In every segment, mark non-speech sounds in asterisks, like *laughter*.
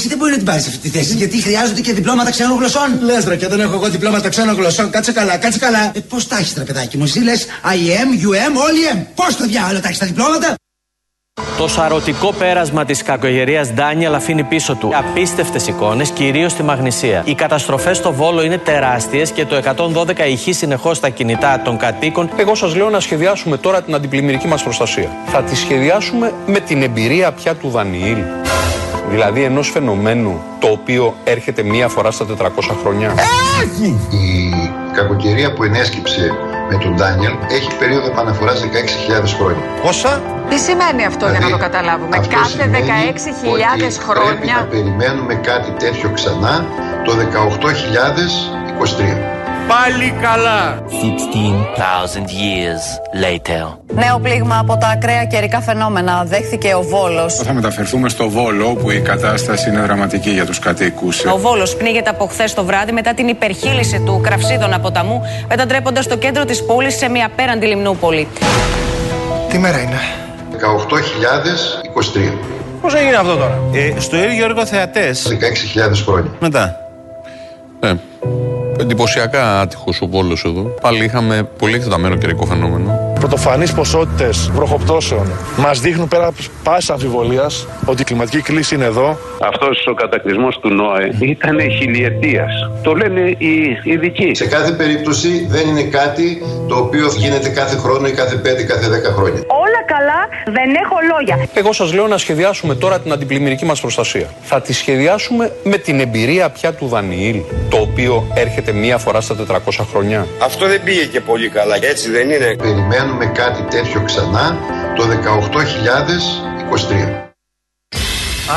την πάρει αυτή τη θέση, γιατί χρειάζονται και διπλώματα ξένων γλωσσών. Λες ρε, και δεν έχω εγώ διπλώματα ξένων γλωσσών. Κάτσε καλά, κάτσε καλά. Ε, πώς τα έχεις, ρε παιδάκι μου, εσύ λε I am, you am, όλοι am. Πώς το διάλογο τα έχεις τα διπλώματα. Το σαρωτικό πέρασμα της κακογερίας Ντάνιελ αφήνει πίσω του απίστευτες εικόνες, κυρίως στη Μαγνησία. Οι καταστροφές στο Βόλο είναι τεράστιες και το 112 ηχεί συνεχώς στα κινητά των κατοίκων. Εγώ σας λέω να σχεδιάσουμε τώρα την αντιπλημμυρική μας προστασία. Θα τη σχεδιάσουμε με την εμπειρία πια του Δανιήλ. Δηλαδή ενός φαινομένου το οποίο έρχεται μία φορά στα 400 χρόνια. Έχει! Η κακοκαιρία που ενέσκυψε με τον Ντάνιελ έχει περίοδο επαναφοράς 16.000 χρόνια. Πόσα? Τι σημαίνει αυτό για να Δηλαδή, το καταλάβουμε. αυτό Κάθε 16.000 σημαίνει ότι Πρέπει να χρόνια. περιμένουμε κάτι τέτοιο ξανά το 18.023. Πάλι καλά! 16,000 years later. Νέο πλήγμα από τα ακραία καιρικά φαινόμενα δέχθηκε ο Βόλος. Θα μεταφερθούμε στο Βόλο, όπου η κατάσταση είναι δραματική για τους κατοίκους. Ο Βόλος πνίγεται από χθες το βράδυ μετά την υπερχείληση του κραυσίδωνα ποταμού, μετατρέποντας το κέντρο της πόλης σε μια απέραντη λιμνούπολη. Τι μέρα είναι. 18.023. Πώς έγινε αυτό τώρα. Ε, στο ίδιο έργο θεατές. 16.000 χρόνια. Μετά. Ναι. Εντυπωσιακά άτυχος ο πόλο εδώ. Πάλι είχαμε πολύ εκτεταμένο καιρικό φαινόμενο. Πρωτοφανείς ποσότητες βροχοπτώσεων μας δείχνουν πέρα από πάσα αμφιβολίας ότι η κλιματική κρίση είναι εδώ. Αυτός ο κατακλυσμός του ΝΟΕ ήταν χιλιετίας. Το λένε οι ειδικοί. Σε κάθε περίπτωση δεν είναι κάτι το οποίο γίνεται κάθε χρόνο ή κάθε 5 ή κάθε 10 χρόνια. Όλα καλά, δεν έχω λόγια. Εγώ σας λέω να σχεδιάσουμε τώρα την αντιπλημμυρική μας προστασία. Θα τη σχεδιάσουμε με την εμπειρία πια του Δανιήλ, το οποίο έρχεται μία φορά στα 400 χρόνια. Αυτό δεν πήγε και πολύ καλά, έτσι δεν είναι. Περιμένουμε κάτι τέτοιο ξανά το 18.023.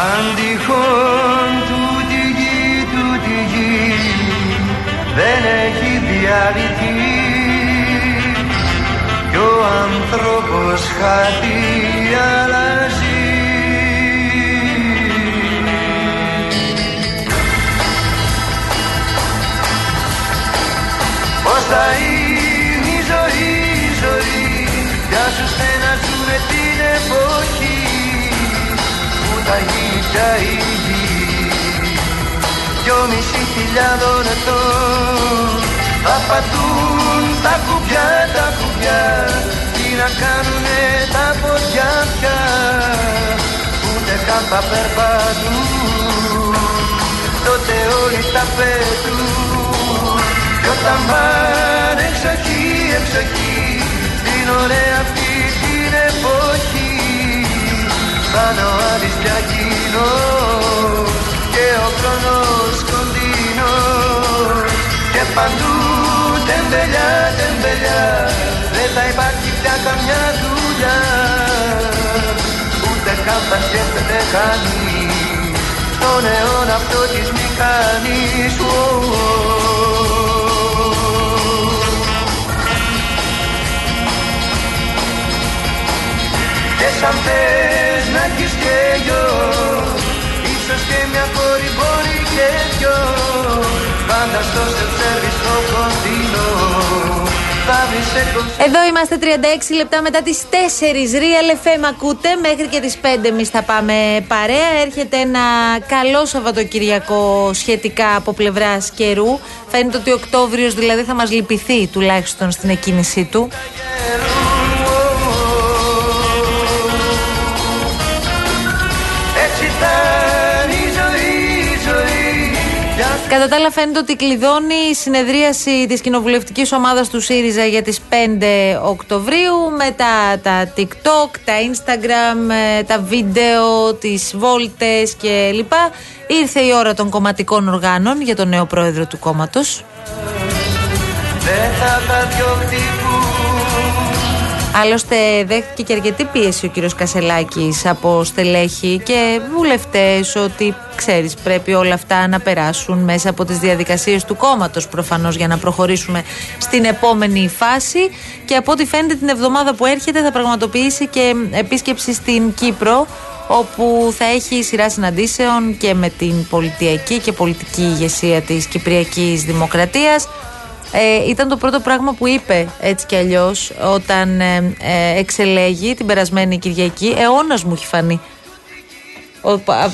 Αν τυχόν τούτη γη, τούτη γη δεν έχει διαλυθεί κι ο άνθρωπος χάτι αλλάζει Πώς θα είναι η ζωή, η ζωή για σου να ζουνε την εποχή που θα γίνει πια η γη Δυο μισή χιλιάδων ετών θα πατούν τα κουμπιά, τα κουμπιά τι να κάνουνε τα ποδιά πια ούτε καν θα περπατούν τότε όλοι τα πετούν κι όταν πάνε εξοχή, εξοχή την ωραία αυτή την εποχή πάνω αριστιακίνος και ο χρόνος κοντινός και παντού τεμπελιά, τεμπελιά δεν θα υπάρχει πια καμιά δουλειά ούτε καν θα σκέφτεται κανείς τον αιώνα αυτό της μηχανής Wow. Και σαν θες να έχεις και γιο Ίσως και μια κόρη μπορεί και δυο Πάντα στο σερβις το κοντινό Θα βρεις σε κοντά Εδώ είμαστε 36 λεπτά μετά τις 4. Real FM ακούτε. Μέχρι και τις 5 εμείς θα πάμε παρέα. Έρχεται ένα καλό Σαββατοκυριακό σχετικά από πλευράς καιρού. Φαίνεται ότι ο Οκτώβριος δηλαδή θα μας λυπηθεί τουλάχιστον στην εκκίνησή του. καιρούν Έτσι θα είναι η ζωή, η ζωή Για Κατά τα άλλα, φαίνεται ότι κλειδώνει η συνεδρίαση της κοινοβουλευτικής ομάδας του ΣΥΡΙΖΑ για τις 5 Οκτωβρίου. Μετά τα TikTok, τα Instagram, ε, τα βίντεο, τις βόλτες κλπ. Ήρθε η ώρα των κομματικών οργάνων για τον νέο πρόεδρο του κόμματος. δεν θα τα διωχτυπούν Άλλωστε, δέχτηκε και αρκετή πίεση ο κύριος Κασελάκης από στελέχη και βουλευτές ότι ξέρεις, πρέπει όλα αυτά να περάσουν μέσα από τις διαδικασίες του κόμματος προφανώς για να προχωρήσουμε στην επόμενη φάση. Και από ό,τι φαίνεται, την εβδομάδα που έρχεται θα πραγματοποιήσει και επίσκεψη στην Κύπρο όπου θα έχει σειρά συναντήσεων και με την πολιτιακή και πολιτική ηγεσία της Κυπριακής Δημοκρατίας ε, ήταν το πρώτο πράγμα που είπε έτσι κι αλλιώς όταν ε, ε, εξελέγει την περασμένη Κυριακή. Αιώνας μου έχει φανεί. Ο- πα- α-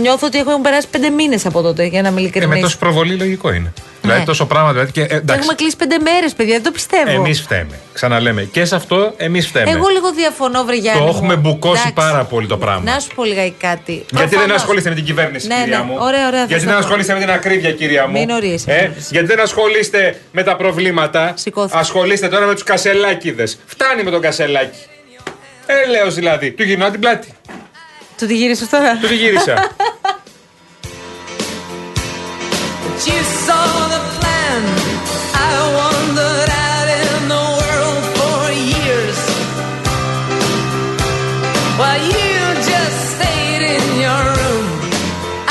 Νιώθω ότι έχουν περάσει πέντε μήνες από τότε, για να είμαι Ε, με ειλικρινής. τόση προβολή λογικό είναι. Δηλαδή τόσο πράγμα. Δηλαδή, και, ε, εντάξει, Ναι. Έχουμε κλείσει πέντε μέρες, παιδιά, δεν το πιστεύω. εμείς φταίμε. Ξαναλέμε. Και σε αυτό εμείς φταίμε. Εγώ λίγο διαφωνώ, βρε Γιάννη. το μου. έχουμε μπουκώσει Εντάξει. πάρα πολύ το πράγμα. Να σου πω λίγα κάτι. Γιατί δεν Προφανώς. ασχολείστε με την κυβέρνηση, Ναι, κυρία ναι. μου. Ωραία, ωραία, θα Γιατί στα δεν πω. ασχολείστε με την ακρίβεια, κυρία μου. Μην ορίσεις, Ε, γιατί δεν ασχολείστε με τα προβλήματα. Ασχολείστε τώρα με τους κασελάκιδες. Φτάνει με τον κασελάκι. Ε, λέω δηλαδή. Του γυρνάω την πλάτη. Του τη γύρισε τώρα. Του τη γύρισα. You saw the plan. I wandered out in the world for years. While you just stayed in your room.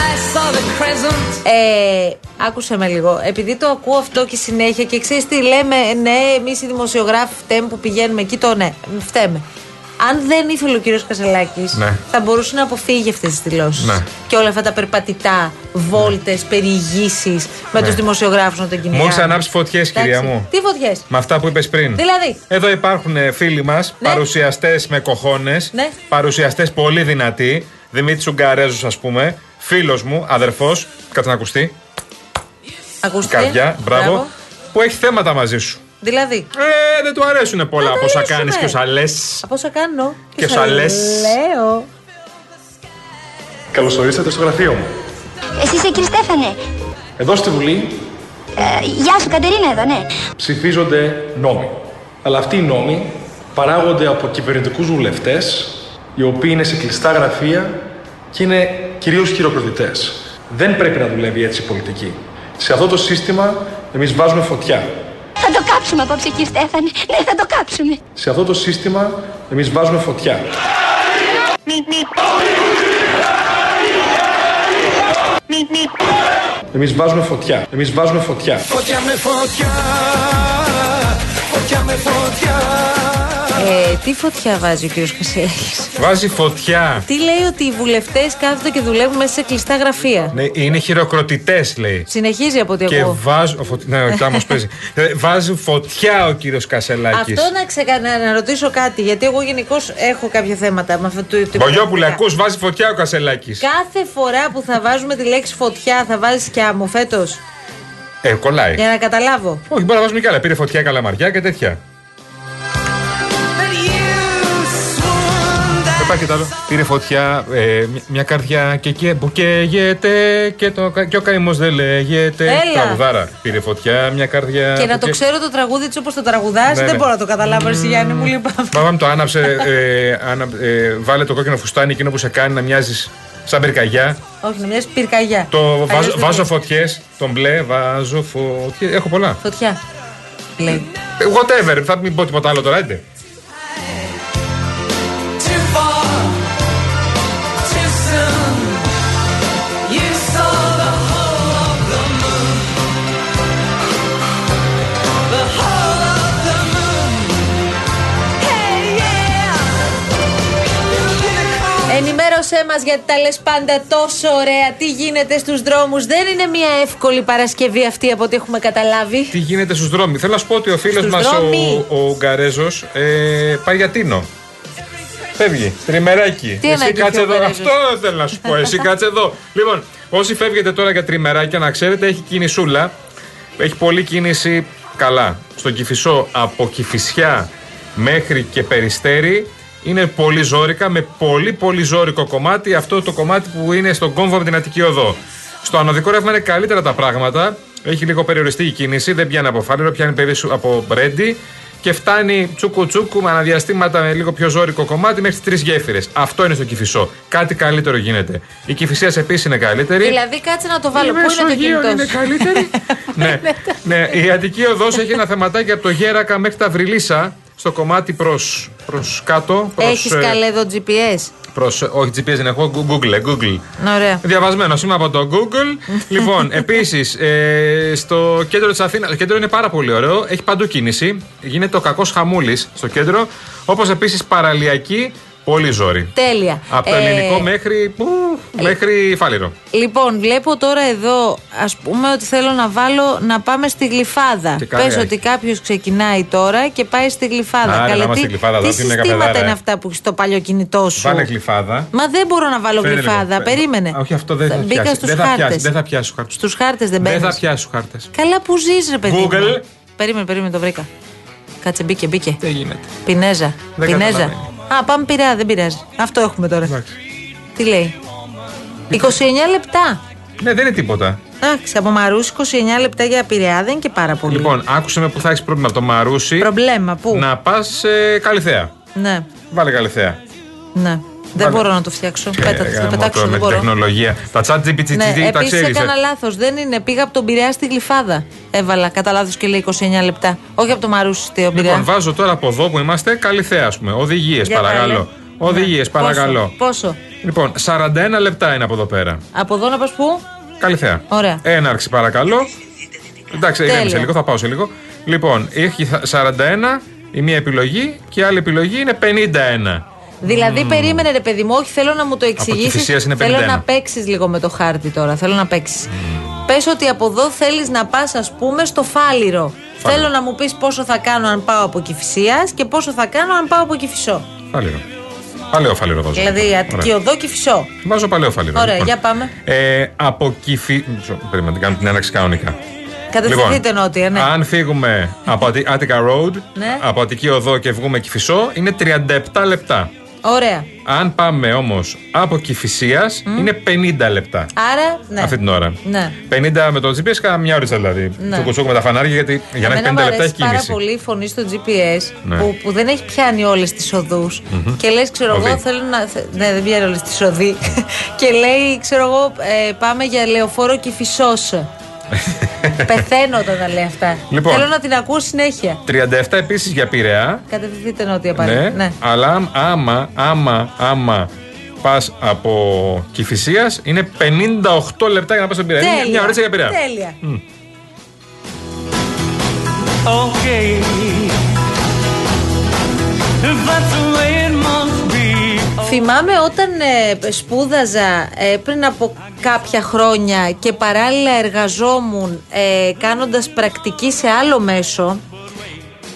I saw the crescent. Ε, άκουσε με λίγο. Επειδή το ακούω αυτό και συνέχεια και ξέρεις τι λέμε, ναι, εμείς οι δημοσιογράφοι φταίμε που πηγαίνουμε εκεί, το ναι, φταίμε. Αν δεν ήθελε ο κύριος Κασελάκης, Ναι. θα μπορούσε να αποφύγει αυτές τις δηλώσεις. Ναι. Και όλα αυτά τα περπατητά, βόλτες, περιηγήσεις με Ναι. τους δημοσιογράφους να τον μου κυνηγάνε. έχεις ανάψει φωτιές, κυρία μου. Τι φωτιές. Με αυτά που είπες πριν. Δηλαδή. Εδώ υπάρχουν ε, φίλοι μας, παρουσιαστές με κοχώνες, Ναι. παρουσιαστές πολύ δυνατοί. Δημήτρης Ουγγαρέζος, ας πούμε, φίλος μου, αδερφός, κάτσε να ακουστεί. Ακούστε. Καρδιά, μπράβο, Που έχει θέματα μαζί σου. Δηλαδή. Ε, δεν του αρέσουν πολλά από όσα κάνεις και όσα λες. Από όσα κάνω. Και όσα λες. Λέω. Καλώς ορίσατε στο γραφείο μου. Εσύ είσαι κύριε Στέφανε. Εδώ στη Βουλή Ε, γεια σου, Κατερίνα εδώ, ναι. ψηφίζονται νόμοι. Αλλά αυτοί οι νόμοι παράγονται από κυβερνητικούς βουλευτές, οι οποίοι είναι σε κλειστά γραφεία και είναι κυρίως χειροκροτητές. Δεν πρέπει να δουλεύει έτσι η πολιτική. Σε αυτό το σύστημα εμείς βάζουμε φωτιά. Θα το κάψουμε απόψε, κύριε Στέφανε. Ναι, θα το κάψουμε. Σε αυτό το σύστημα εμείς βάζουμε φωτιά. Εμείς βάζουμε φωτιά. Εμείς βάζουμε φωτιά. Φωτιά με φωτιά, φωτιά με φωτιά. Ε, τι φωτιά βάζει ο κύριος Κασελάκη. Βάζει φωτιά. Τι λέει ότι οι βουλευτές κάθονται και δουλεύουν μέσα σε κλειστά γραφεία. Ναι, είναι χειροκροτητές, λέει. Συνεχίζει από ό,τι Και ακούω. βάζουν. ο φωτι- Ναι, κοιτά, *laughs* μας παίζει. Ε, Βάζει φωτιά ο κύριος Κασελάκης. Αυτό να, ξεκα... να, να ρωτήσω κάτι, γιατί εγώ γενικώς έχω κάποια θέματα με αυτό το. το- Μπογιόπουλε, ακού, βάζει φωτιά ο Κασελάκης. Κάθε φορά που θα βάζουμε τη λέξη φωτιά, θα βάζεις και άμμο φέτος. Ε, κολλάει. Για να καταλάβω. Όχι, μπορεί να βάζουμε κι άλλα. Πήρε φωτιά καλαμαριά και τέτοια. Δεν υπάρχει κάτι άλλο. Πήρε φωτιά, ε, μια- μια καρδιά και εκεί που καίγεται και, το, κα- και ο καημός δεν λέγεται. Έλα. Τραγουδάρα. Πήρε φωτιά, μια καρδιά. και που να το καί- ξέρω το τραγούδι έτσι όπως το τραγουδάς, Ε, Ναι, δεν ναι. μπορώ να το καταλάβω, Εσύ Γιάννη μου, λοιπόν. λυπάμαι. Μαμά μου το άναψε. Ε, άνα, ε, βάλε το κόκκινο φουστάνι εκείνο που σε κάνει να μοιάζεις σαν πυρκαγιά. Όχι, να μοιάζεις πυρκαγιά. Το Αλλιώς βάζω, δεν βάζω είναι. φωτιές. Τον μπλε, βάζω φωτιέ. Έχω πολλά. Φωτιά. Λέει. Ε, Whatever, θα μην πω τίποτα άλλο τώρα, έντε. Too far, too soon. You saw the whole of the moon. The whole of the moon. Hey, yeah. Ενημέρωσέ μας γιατί τα λες πάντα τόσο ωραία. Τι γίνεται στους δρόμους. Δεν είναι μια εύκολη Παρασκευή αυτή από ό,τι έχουμε καταλάβει. Τι γίνεται στους δρόμοι. Θέλω να σου πω ότι ο φίλος Στους μας δρόμοι. ο, ο Ουγγαρέζος ε, πάει για Τίνο. Φεύγει. Τριμεράκι. Τι εσύ ανάγκη κάτσε είχε ο εδώ. Ουγγαρέζος? Αυτό θέλω να σου πω. Εσύ κάτσε εδώ. Λοιπόν, όσοι φεύγετε τώρα για τριμεράκια, να ξέρετε, έχει κινησούλα. Έχει πολλή κίνηση καλά. Στον Κηφισό από Κηφισιά μέχρι και Περιστέρι είναι πολύ ζώρικα, με πολύ πολύ ζώρικο κομμάτι. Αυτό το κομμάτι που είναι στον κόμβο με την Αττική Οδό. Στο ανωδικό ρεύμα είναι καλύτερα τα πράγματα. Έχει λίγο περιοριστεί η κίνηση, δεν πιάνει από φάλερο, πιάνει περίσου από μπρέντι και φτάνει τσούκου τσούκου με αναδιαστήματα με λίγο πιο ζώρικο κομμάτι μέχρι τι τρεις γέφυρες. Αυτό είναι στο Κυφισό. Κάτι καλύτερο γίνεται. Η Κυφυσίας επίσης είναι καλύτερη. Δηλαδή κάτσε να το βάλω. Η Πού είναι το Μεσογείο κινητός είναι σου? *laughs* ναι, ναι, η Αττική Οδός έχει ένα θεματάκι από το Γέρακα μέχρι τα Βρυλίσσα στο κομμάτι προς προς κάτω. Προς, Έχεις ε, καλέ εδώ GPS. προς- όχι, GPS δεν έχω, Google. ε, Google. Ωραία. Διαβασμένο είμαι από το *laughs* Google. λοιπόν, επίσης ε, στο κέντρο της Αθήνας. Το κέντρο είναι πάρα πολύ ωραίο. Έχει παντού κίνηση. Γίνεται ο κακός χαμούλης στο κέντρο. Όπως επίσης παραλιακή Πολύ ζόρι. Τέλεια. Από το Ε, ελληνικό μέχρι. που, μέχρι φάληρο. Λοιπόν, βλέπω τώρα εδώ, ας πούμε, ότι θέλω να βάλω να πάμε στη γλυφάδα. Και κάνει Πες άχι. ότι κάποιος ξεκινάει τώρα και πάει στη γλυφάδα. Άρα, να Καλέ, είμαστε τι, στη Γλυφάδα, τι εδώ, αφήνουμε συστήματα καφεδάρα, είναι ε. αυτά που έχεις στο παλιό κινητό σου. Βάλε γλυφάδα. Μα δεν μπορώ να βάλω Φέρε λίγο, γλυφάδα. φέρε. Περίμενε. Όχι, αυτό δεν θα, Μπήκα πιάσει. στους δεν θα χάρτες. πιάσει. Δεν θα πιάσει χάρτες. Στους χάρτες δεν Δεν μπαίνει. θα πιάσει χάρτες. Καλά που ζεις, ρε παιδί. μου. Google. Περίμενε, περίμενε, το βρήκα. Κάτσε, μπήκε, μπήκε. Δεν γίνεται. Πινέζα. Δεν Ναι. Πινέζα. καταλαβαίνει. Α, πάμε πειρά, δεν πειράζει. Αυτό έχουμε τώρα. Τι λέει. 29 λεπτά. Ναι, δεν είναι τίποτα. Εντάξει, από Μαρούς 29 λεπτά για Πειραιά δεν είναι και πάρα πολύ. Λοιπόν, άκουσε με που θα έχεις πρόβλημα από το Μαρούσι. Προβλέμα, πού. Να πας ε, Καλυθέα. Ναι, Βάλε Καλυθέα. ναι. Δεν μπορώ να το φτιάξω. Πέτα, Ε, θα το γάμο πετάξω, το, δεν με την μπορώ. τεχνολογία. Τα chat GPT Ναι, τα ε. επίσης ξέρεις. έκανα λάθος. Δεν είναι. Πήγα από τον Πειραιά στη Γλυφάδα. Έβαλα κατά λάθος και λέει 29 λεπτά. Όχι από το Μαρούσι στη Πειραιά. Λοιπόν, βάζω τώρα από εδώ που είμαστε Καλυθέα, ας πούμε. Οδηγίες, Για Ναι. παρακαλώ. βάλε. Οδηγίε, Πόσο, παρακαλώ. Πόσο. Λοιπόν, 41 λεπτά είναι από εδώ πέρα. Από εδώ να πας πού. Καλυθέα. Ωραία. Έναρξη, παρακαλώ. Εντάξει, Τέλεια. ηρέμησε λίγο, θα πάω σε λίγο. Λοιπόν, έχει 41 η μία επιλογή και η άλλη επιλογή είναι 51. Δηλαδή, περίμενε ρε παιδί μου, όχι θέλω να μου το εξηγήσεις. Θυσίας είναι Θέλω 51. να παίξεις λίγο με το χάρτη τώρα. Θέλω να παίξεις. Πες ότι από εδώ θέλεις να πας, ας πούμε, στο φάληρο. Θέλω να μου πεις πόσο θα κάνω αν πάω από κυφυσία και πόσο θα κάνω αν πάω από κυφισό. Φάληρο. Παλαιό φάληρο βάζω. Δηλαδή, Ωραία. Λοιπόν, Αττικιοδό κυφισό. Βάζω παλαιό φάληρο. Ωραία, λοιπόν. για πάμε. Ε, από κυφι... Μισό, Περίμενα, την κάνω την έναρξη κανονικά. Κατευθυνθείτε Λοιπόν, νότια, ναι. Αν φύγουμε από Αττι- Attica Road, Ναι. από Αττική Οδό και βγούμε Κηφισό, είναι 37 λεπτά. Ωραία. Αν πάμε όμως από Κηφισίας, είναι 50 λεπτά. Άρα, ναι. Αυτή την ώρα. Ναι. 50 με το GPS, κάνα μια ώρα δηλαδή. Ναι. Τσουκουτσούκ με τα φανάρια, γιατί για να έχει Εμένα 50 μου λεπτά έχει αρέσει πάρα κίνηση. *laughs* πολύ η φωνή στο GPS Ναι. που, που δεν έχει πιάνει όλες τις οδούς. Μμμ. Και λες, ξέρω εγώ, Οδύ. θέλω να. θε- Ναι, δεν πιάνει όλες τις οδοί. *laughs* και λέει, ξέρω εγώ, ε, πάμε για λεωφόρο και *laughs* Πεθαίνω όταν τα λέει αυτά. Λοιπόν. Θέλω να την ακούω συνέχεια. 37 επίσης για Πειραιά. Κατευθυνθείτε νότια πάλι. Ναι, αλλά αμ- άμα, άμα, άμα πας από Κυφυσία είναι 58 λεπτά για να πας στον Πειραιά. Είναι ε, μια ώρα για Πειραιά. Τέλεια. Okay. That's the way it must be. Oh. Θυμάμαι όταν ε, σπούδαζα ε, πριν από κάποια χρόνια και παράλληλα εργαζόμουν ε, κάνοντας πρακτική σε άλλο μέσο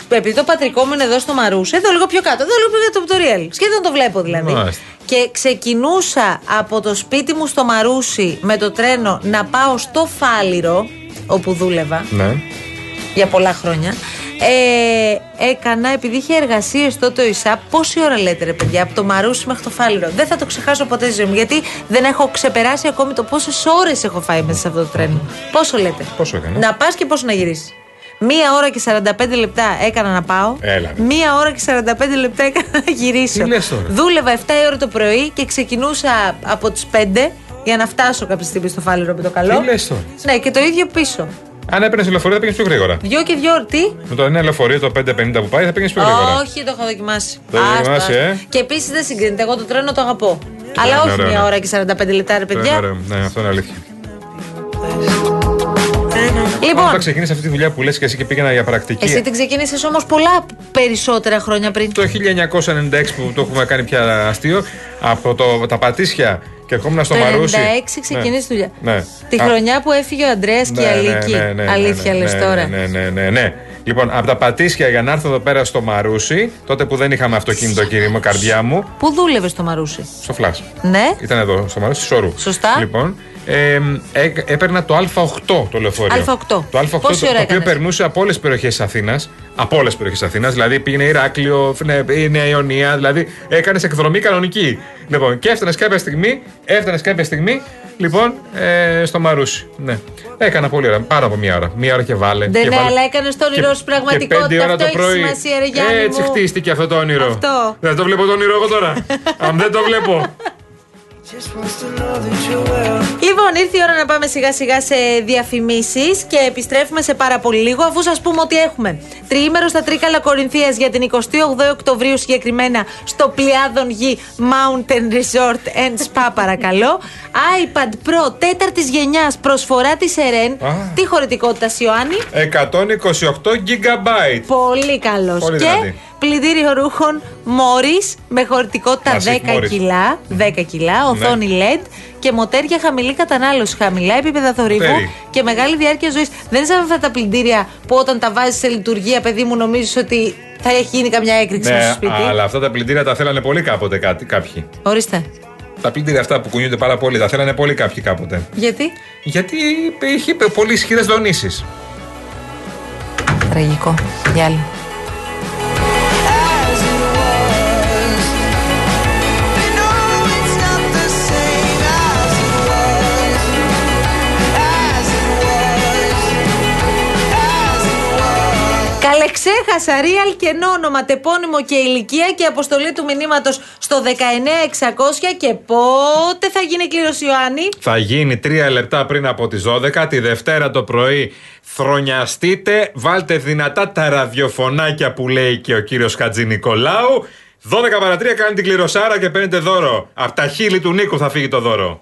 επειδή το πατρικό μου είναι εδώ στο Μαρούς, εδώ λίγο πιο κάτω, εδώ λίγο πιο κάτω από το Ριέλ. Σχεδόν το βλέπω δηλαδή. Μάλιστα. Και ξεκινούσα από το σπίτι μου στο Μαρούσι με το τρένο να πάω στο Φάληρο, όπου δούλευα Ναι. για πολλά χρόνια. Ε, έκανα, επειδή είχε εργασίες τότε ο ΙΣΑ, πόση ώρα λέτε ρε παιδιά, από το Μαρούσι μέχρι το Φάληρο. Δεν θα το ξεχάσω ποτέ στη ζωή μου, γιατί δεν έχω ξεπεράσει ακόμη το πόσες ώρες έχω φάει μέσα σε αυτό το τρένο. Πόσο λέτε. Πόσο έκανε. Να πας και πόσο να γυρίσεις. Μία ώρα και 45 λεπτά έκανα να πάω. Έλα, ρε. Μία ώρα και 45 λεπτά έκανα να γυρίσω. Τι λες τώρα. Δούλευα 7 η ώρα το πρωί και ξεκινούσα από τις 5 για να φτάσω κάποια στιγμή στο Φάληρο με το καλό. Τι λες τώρα. Ναι, και το ίδιο πίσω. Αν έπαιρνες λεωφορείο θα πήγαινες πιο γρήγορα. Δυο και δυο, τι. Με το ένα λεωφορείο το 550 που πάει θα πήγαινες πιο γρήγορα. Όχι, το έχω δοκιμάσει. Το έχεις Άστο, δοκιμάσει, άστο. ε. Και επίσης δεν συγκρίνεται. Εγώ το τρένο το αγαπώ. Αλλά είναι όχι ωραίο, μια ναι. ώρα και 45 λεπτά, ρε Το παιδιά. ένα ωραίο. Ναι, αυτό είναι αλήθεια. Λοιπόν, Όταν ξεκίνησε αυτή τη δουλειά που λες και εσύ και πήγαινα για πρακτική. εσύ την ξεκίνησες όμως πολλά περισσότερα χρόνια πριν. Το 1996 που το έχουμε κάνει πια αστείο, από το, τα Πατήσια και ερχόμουν στο Το Μαρούσι. 96 ξεκίνησε η δουλειά. Ναι. Τη Α, χρονιά που έφυγε ο Αντρέα και η Αλίκη. Αλήθεια λες ναι, τώρα. Ναι, ναι, ναι, ναι. Λοιπόν, από τα Πατήσια για να έρθω εδώ πέρα στο Μαρούσι, τότε που δεν είχαμε αυτοκίνητο, κύριε μου, καρδιά μου, Πού δούλευε στο Μαρούσι. στο φλάσ. Ναι. Ήταν εδώ, στο Μαρούσι, Σόρου. Σωστά. Λοιπόν, ε, ε, έπαιρνα το Α8 το λεωφορείο. Α8. Το Α8 Πόση το, ώρα το οποίο έκανες? περνούσε από όλες τις περιοχές της Αθήνας. Από όλες τις περιοχές της Αθήνας. Δηλαδή πήγαινε Ηράκλειο, φνε- η Νέα Ιωνία. Δηλαδή έκανες εκδρομή κανονική. Λοιπόν, και έφτανες κάποια στιγμή, έφτανες κάποια στιγμή, λοιπόν, ε, στο Μαρούσι. Ναι. Έκανα πολύ ώρα. Πάρα από μία ώρα. Μία ώρα και βάλε. Ναι, και ναι, βάλε. αλλά έκανες το Και- όνειρό σου και πέντε πραγματικότητα. ώρα Αυτό το έχει πρωί. σημασία, ρε Γιάννη. Έτσι μου. χτίστηκε αυτό το όνειρο. Αυτό. Δεν το βλέπω το όνειρο εγώ *laughs* τώρα. Αν δεν το βλέπω. Λοιπόν, ήρθε η ώρα να πάμε σιγά σιγά σε διαφημίσεις και επιστρέφουμε σε πάρα πολύ λίγο, αφού σας πούμε ότι έχουμε τριήμερο στα Τρίκαλα Κορινθίας για την 28 Οκτωβρίου συγκεκριμένα στο Πλιάδων Γη Mountain Resort and Spa, παρακαλώ. iPad Pro τέταρτης γενιάς προσφορά της ΕΡΕΝ. Α. Τι χωρητικότητας, Ιωάννη. 128 GB. Πολύ καλός. Πολύ Και δυνατή. πλυντήριο ρούχων Μόρι με χωρητικότητα Classic 10 Morris. κιλά, 10 κιλά, Ναι. οθόνη LED και μοτέρια χαμηλή κατανάλωση, χαμηλά επίπεδα θορύβου Τέλει. και μεγάλη διάρκεια ζωής. Δεν είναι σαν αυτά τα πλυντήρια που όταν τα βάζεις σε λειτουργία, παιδί μου, νομίζεις ότι θα έχει γίνει καμιά έκρηξη μέσα Ναι, στο σπίτι. αλλά αυτά τα πλυντήρια τα θέλανε πολύ κάποτε κάτι, κάποιοι. Ορίστε. Τα πλυντήρια αυτά που κουνιούνται πάρα πολύ, τα θέλανε πολύ κάποιοι κάποτε. Γιατί. Γιατί είχε πολύ ισχυρές δονήσεις. Τραγικό. Για άλλο. Καλεξέχασα real και όνομα, τεπώνυμο και ηλικία και αποστολή του μηνύματος στο 19600 και πότε θα γίνει κλήρωση Ιωάννη. Θα γίνει τρία λεπτά πριν από τις 12, τη Δευτέρα το πρωί. Θρονιαστείτε, βάλτε δυνατά τα ραδιοφωνάκια που λέει και ο κύριος Χατζη Νικολάου. 12 παρα 3 κάνει την κληροσάρα και παίρνετε δώρο. Από τα χείλη του Νίκου θα φύγει το δώρο.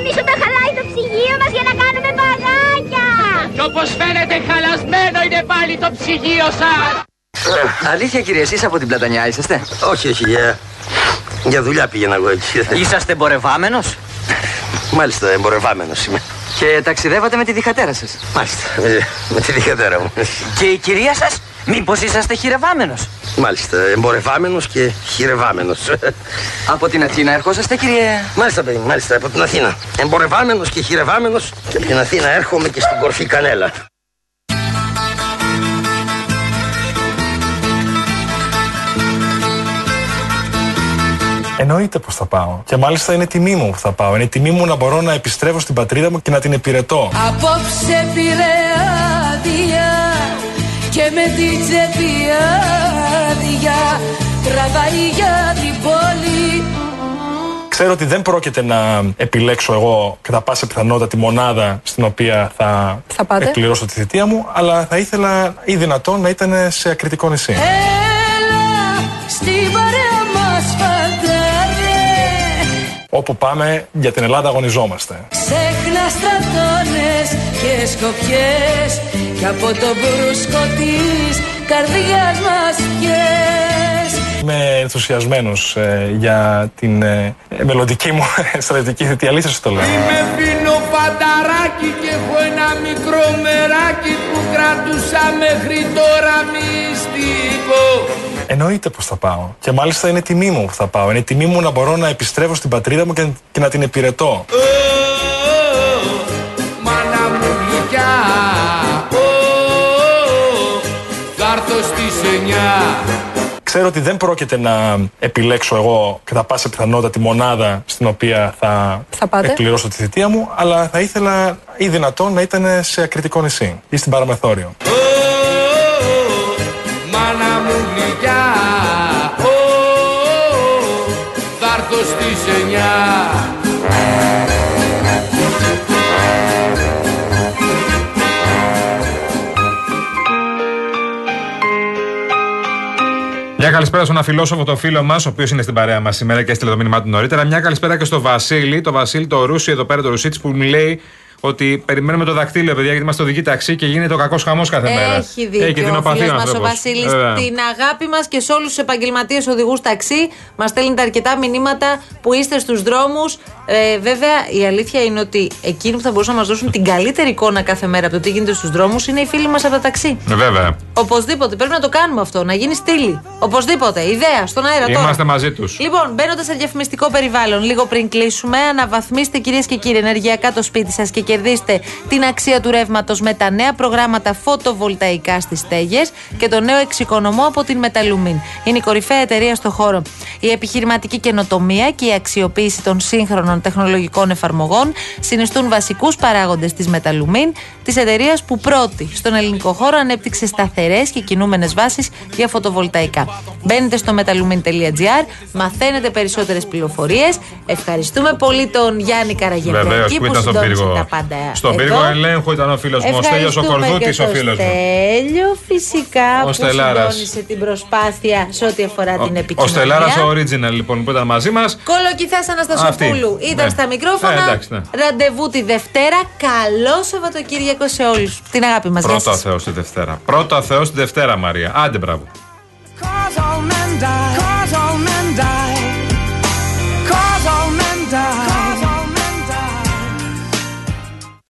εμείς όταν χαλάει το ψυγείο μας για να κάνουμε μπαγάκια! Και όπως φαίνεται χαλασμένο είναι πάλι το ψυγείο σας. Αλήθεια κύριε, εσείς από την Πλατανιά είσαστε. Όχι, όχι, για, για δουλειά πήγαινα εγώ εκεί. Είσαστε εμπορευάμενος. Μάλιστα, εμπορευάμενος είμαι. Και ταξιδεύατε με τη διχατέρα σας. Μάλιστα, με, με τη δικατέρα μου. Και η κυρία σας, μήπως είσαστε χειρευάμενος. Μάλιστα, εμπορευάμενος και χειρευάμενος. Από την Αθήνα ερχόσαστε κύριε. Μάλιστα, παιδί, μάλιστα, από την Αθήνα. Εμπορευάμενος και χειρευάμενος και από την Αθήνα έρχομαι και στην κορφή Κανέλα. Εννοείται πως θα πάω. Και μάλιστα είναι τιμή μου που θα πάω. Είναι τιμή μου να μπορώ να επιστρέφω στην πατρίδα μου και να την υπηρετώ. Απόψε πήρε άδεια και με την τσέπη άδεια τραβάει για την πόλη Ξέρω ότι δεν πρόκειται να επιλέξω εγώ κατά πάσα πιθανότητα τη μονάδα στην οποία θα, Θα πάτε. εκπληρώσω τη θητεία μου, αλλά θα ήθελα ή δυνατόν να ήταν σε ακριτικό νησί. Έλα στην παρέα μας φαντάρε Όπου πάμε για την Ελλάδα αγωνιζόμαστε. Ξέχνα στρατώνες και σκοπιές και από το μπρούσκο της καρδιάς μας πιες Είμαι ενθουσιασμένος ε, για την ε, μελλοντική μου στρατιωτική θητεία. Αλήθεια σας το λέω. Πίνω φανταράκι και έχω ένα μικρό μεράκι που κρατούσα μέχρι τώρα μυστικό. Εννοείται πως θα πάω. Και μάλιστα είναι τιμή μου που θα πάω. Είναι τιμή μου να μπορώ να επιστρέφω στην πατρίδα μου και, και να την υπηρετώ. Ω, ω, ω, μάνα μου γλυκιά, Ω, ω, ω, θα έρθω στις εννιά. Ξέρω ότι δεν πρόκειται να επιλέξω εγώ κατά πάσα πιθανότητα τη μονάδα στην οποία θα, Θα πάτε. εκπληρώσω τη θητεία μου, αλλά θα ήθελα ή δυνατόν να ήταν σε ακριτικό νησί ή στην Παραμεθόριο. Ω, ω, ω, μάνα μου γλυκιά, Ω, ω, ω, θα έρθω στις εννιά. Μια καλησπέρα στον αφιλόσοφο, τον φίλο μας, ο οποίος είναι στην παρέα μας σήμερα και έστειλε το μήνυμά του νωρίτερα. Μια καλησπέρα και στο Βασίλη, το Βασίλη, το Ρούσι, εδώ πέρα το Ρουσίτη, που μου λέει ότι περιμένουμε το δακτύλιο, παιδιά, γιατί μας το οδηγεί ταξί και γίνεται ο κακός χαμός κάθε μέρα. Έχει δίκιο Έχει ο δεινοπαθεί φίλος μας ο άνθρωπος. Βασίλης Βέβαια. την αγάπη μας και σε όλους τους επαγγελματίες οδηγούς ταξί. Μας στέλνετε αρκετά μηνύματα που είστε στους δρόμους. Ε, βέβαια η αλήθεια είναι ότι εκείνοι που θα μπορούσαν να μας δώσουν την καλύτερη εικόνα κάθε μέρα από το τι γίνεται στους δρόμους είναι οι φίλοι μας από τα ταξί. Ε, Βέβαια. Οπωσδήποτε πρέπει να το κάνουμε αυτό, να γίνει στήλη. Οπωσδήποτε, ιδέα στον αέρα τώρα. Είμαστε μαζί τους. Λοιπόν, μπαίνοντας σε διαφημιστικό περιβάλλον, λίγο πριν κλείσουμε, αναβαθμίστε κυρίες και κύριοι ενεργειακά το σπίτι σας και κερδίσετε την αξία του ρεύματος με τα νέα προγράμματα φωτοβολταϊκά στις στέγες και το νέο εξοικονομό από την Μεταλουμίν. Είναι η κορυφαία εταιρεία στο χώρο. Η επιχειρηματική καινοτομία και η αξιοποίηση των σύγχρονων τεχνολογικών εφαρμογών συνιστούν βασικούς παράγοντες της Μεταλουμίν, της εταιρείας που πρώτη στον ελληνικό χώρο ανέπτυξε σταθερές και κινούμενες βάσεις για φωτοβολταϊκά. Μπαίνετε στο metalumin.gr, μαθαίνετε περισσότερες πληροφορίες. Ευχαριστούμε πολύ τον Γιάννη Βεβαίω Καραγευγενάκη που που ήταν στον συντόνισε πύργο. τα πάντα. Στον εδώ. πύργο ελέγχου ήταν ο φίλος μου. Ο Στέλιος ο Ευχαριστούμε και Κορδούτη, ο τον φίλος μου. Στέλιο φυσικά Ο που Στελάρας. συντόνισε την προσπάθεια σε ό,τι αφορά την Ο επικοινωνία. Στελάρας ο Original λοιπόν που ήταν μαζί μας. Κολοκυθάς Αναστασοπούλου Αυτή. ήταν Ναι. στα μικρόφωνα. Ε, εντάξει, ναι. Ραντεβού τη Δευτέρα. Καλό Σαββατοκύριακο σε όλους. Την αγάπη μας. Πρώτα Θεός τη Δευτέρα. Πρώτα Θεός τη Δευτέρα, Μαρία. Άντε, μπράβο.